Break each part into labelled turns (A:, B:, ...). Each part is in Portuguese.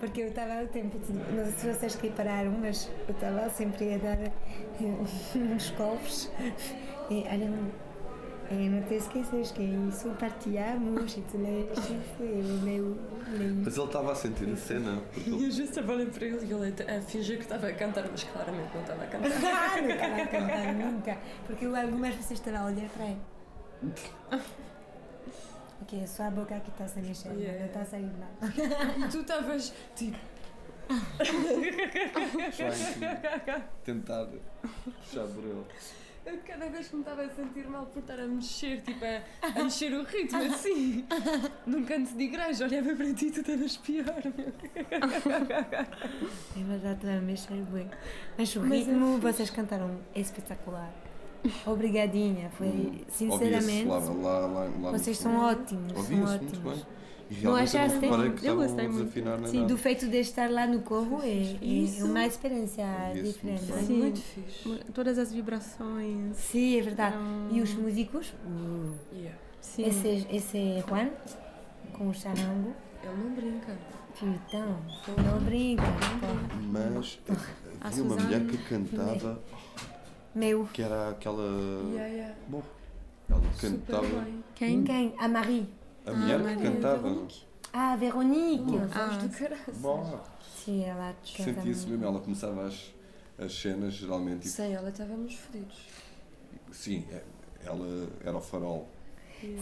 A: porque eu estava o tempo, de, não sei se vocês repararam, mas eu estava sempre a dar eh, uns golpes. E olha, eh, não te esqueças que isso partilhamos e tu lês isso, eu leio. leio.
B: Mas ele estava a sentir a cena. Porque
C: E
B: ele...
C: às vezes estava a olhar para ele e ele a fingir que estava a cantar, mas claramente não estava a cantar.
A: Ah, não estava a cantar nunca, porque eu, algumas vezes estava a olhar para ele. Ok, é só a boca que está a se tá mexer,
C: Yeah.
A: não está a sair nada.
C: E tu estavas tipo.
B: Frank. tentar puxar por ele.
C: Eu cada vez que me estava a sentir mal por estar a mexer, tipo a, a mexer o ritmo assim. Num canto de igreja, olhava para ti e tu estavas pior, meu.
A: É verdade, estava a mexer bem. Mas o
C: Mas é
A: ritmo, vocês cantaram é espetacular. Obrigadinha, foi
B: Ouvia-se
A: sinceramente.
B: Lá, Hum, lá, lá, lá no
A: Vocês
B: fundo.
A: são ótimos, são
B: Ouvia-se muito
A: ótimos.
B: bem. E realmente eu
A: achaste?
B: não reparei que
C: Eu
B: estavam
C: gostei
B: a
C: muito.
B: desafinar nem
A: Sim,
B: nada.
A: do feito de estar lá no corro é, é
C: Isso.
A: uma experiência
B: Ouvia-se
A: diferente.
B: muito
A: não é?
B: bem.
D: Sim.
C: Muito fixe.
D: Todas as vibrações.
A: Sim, é verdade.
D: eram-
A: E os músicos? Uh,
C: Yeah.
D: Sim.
A: Esse, esse é Juan, com o charango.
C: Ele não brinca.
A: Então, não brinca. então. porra.
B: Mas
A: Ah,
D: A
B: havia uma
D: Suzana
B: mulher que cantava,
A: Meu,
B: que era aquela.
C: Yeah, yeah.
B: Bom, ela
C: Super
B: Ah, cantava.
C: bem. é
D: Quem?
A: quem? A Marie.
B: A mulher que
D: Maria
B: cantava.
A: Ah, a Veronique.
D: Ah,
C: Do caralho.
B: Bom,
A: Sim, ela canta
B: sentia-se
A: muito.
B: mesmo. Ela começava as, as cenas, geralmente. tipo,
C: Sem ela estávamos fodidos.
B: sim, é- ela era o farol.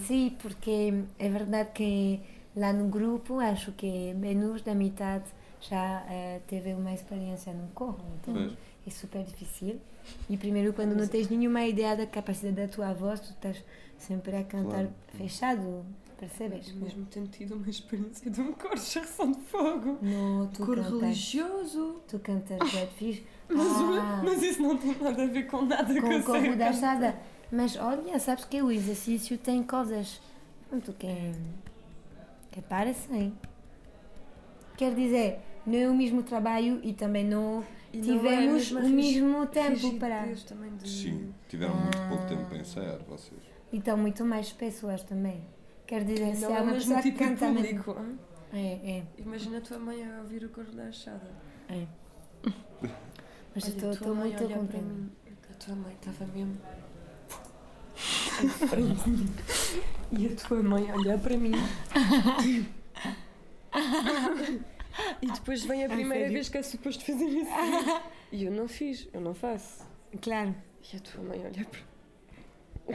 A: Sim, porque é verdade que lá no grupo acho que menos da metade já eh, teve uma experiência no corpo, então
B: Pois.
A: é super difícil. E primeiro quando não tens nenhuma ideia da capacidade da tua voz, tu estás sempre a cantar
B: Claro.
A: fechado, percebes?
C: Mesmo tendo tido uma experiência de um cor de charração de fogo.
A: Não, tu
C: Cor
A: cantas,
C: religioso.
A: tu cantas Red Fish.
C: Mas, o-
A: Ah,
C: mas isso não tem nada a ver com nada que
A: com
C: eu
A: o corpo
C: sei.
A: da chada. Mas olha, sabes que o exercício tem coisas pronto, que, é, que parecem. Quer dizer, não é o mesmo trabalho e também não
C: E não é a
A: tivemos
C: mesma
A: o
C: rigi-
A: mesmo tempo
C: rigidez
A: para.
C: também de-
B: Sim,
A: Ah.
B: tiveram muito pouco tempo para ensaiar, vocês.
A: Então, muito mais pessoas também. Quer dizer, se
C: Não
A: há
C: é o
A: uma
C: mesmo
A: pessoa que
C: tipo de
A: canta.
C: público. hã?
A: É, é.
C: Imagina a tua mãe a ouvir o cor da achada.
A: Mas
C: Olha,
A: eu
C: a
A: estou
C: tua mãe
A: muito
C: olha para
A: contente.
C: mim. A tua mãe estava mesmo. em frente. e a tua mãe olhar para mim. e depois vem a primeira
A: sério?
C: vez que é suposto fazer isso. E eu não fiz, eu não faço.
A: Claro.
C: E a tua mãe olha para